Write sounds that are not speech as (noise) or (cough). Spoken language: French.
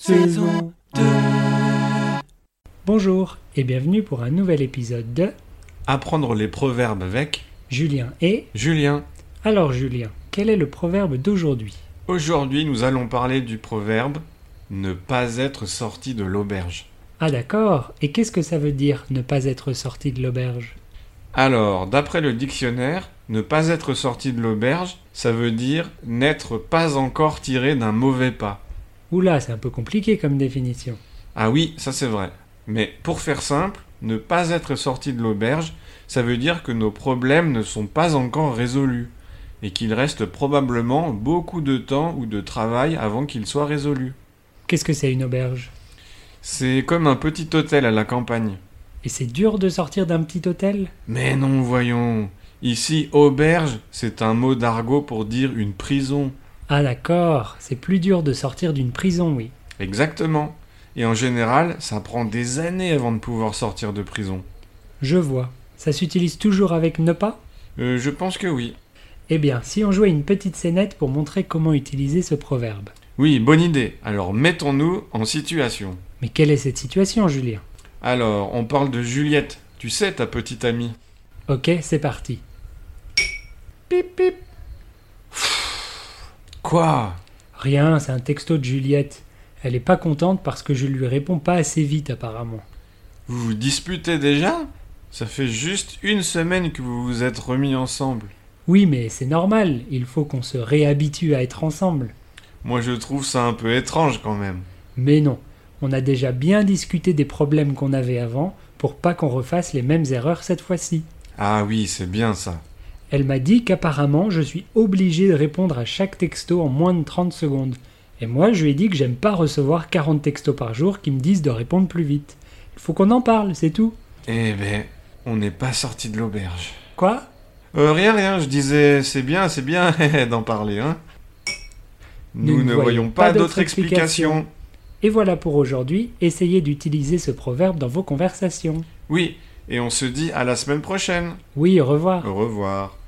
saison 2. Bonjour et bienvenue pour un nouvel épisode de Apprendre les proverbes avec Julien et... Julien. Alors Julien, quel est le proverbe d'aujourd'hui Aujourd'hui, nous allons parler du proverbe ne pas être sorti de l'auberge. Ah d'accord, et qu'est-ce que ça veut dire ne pas être sorti de l'auberge Alors, d'après le dictionnaire, ne pas être sorti de l'auberge, ça veut dire n'être pas encore tiré d'un mauvais pas. Oula, c'est un peu compliqué comme définition. Ah oui, ça c'est vrai. Mais pour faire simple, ne pas être sorti de l'auberge, ça veut dire que nos problèmes ne sont pas encore résolus et qu'il reste probablement beaucoup de temps ou de travail avant qu'ils soient résolus. Qu'est-ce que c'est une auberge C'est comme un petit hôtel à la campagne. Et c'est dur de sortir d'un petit hôtel Mais non, voyons. Ici, auberge, c'est un mot d'argot pour dire une prison. Ah d'accord, c'est plus dur de sortir d'une prison, oui. Exactement. Et en général, ça prend des années avant de pouvoir sortir de prison. Je vois. Ça s'utilise toujours avec ne pas Euh, je pense que oui. Eh bien, si on jouait une petite scénette pour montrer comment utiliser ce proverbe. Oui, bonne idée. Alors mettons-nous en situation. Mais quelle est cette situation, Julien Alors, on parle de Juliette. Tu sais, ta petite amie. Ok, c'est parti. Pip pip. Quoi Rien, c'est un texto de Juliette. Elle est pas contente parce que je lui réponds pas assez vite apparemment. Vous vous disputez déjà Ça fait juste une semaine que vous vous êtes remis ensemble. Oui, mais c'est normal, il faut qu'on se réhabitue à être ensemble. Moi, je trouve ça un peu étrange quand même. Mais non, on a déjà bien discuté des problèmes qu'on avait avant pour pas qu'on refasse les mêmes erreurs cette fois-ci. Ah oui, c'est bien ça. Elle m'a dit qu'apparemment je suis obligé de répondre à chaque texto en moins de 30 secondes. Et moi je lui ai dit que j'aime pas recevoir 40 textos par jour qui me disent de répondre plus vite. Il faut qu'on en parle, c'est tout. Eh ben, on n'est pas sorti de l'auberge. Quoi Euh, rien, rien, je disais, c'est bien, c'est bien (laughs) d'en parler, hein. Nous, ne voyons pas d'autre explication. Et voilà pour aujourd'hui, essayez d'utiliser ce proverbe dans vos conversations. Oui, et on se dit à la semaine prochaine. Oui, au revoir. Au revoir.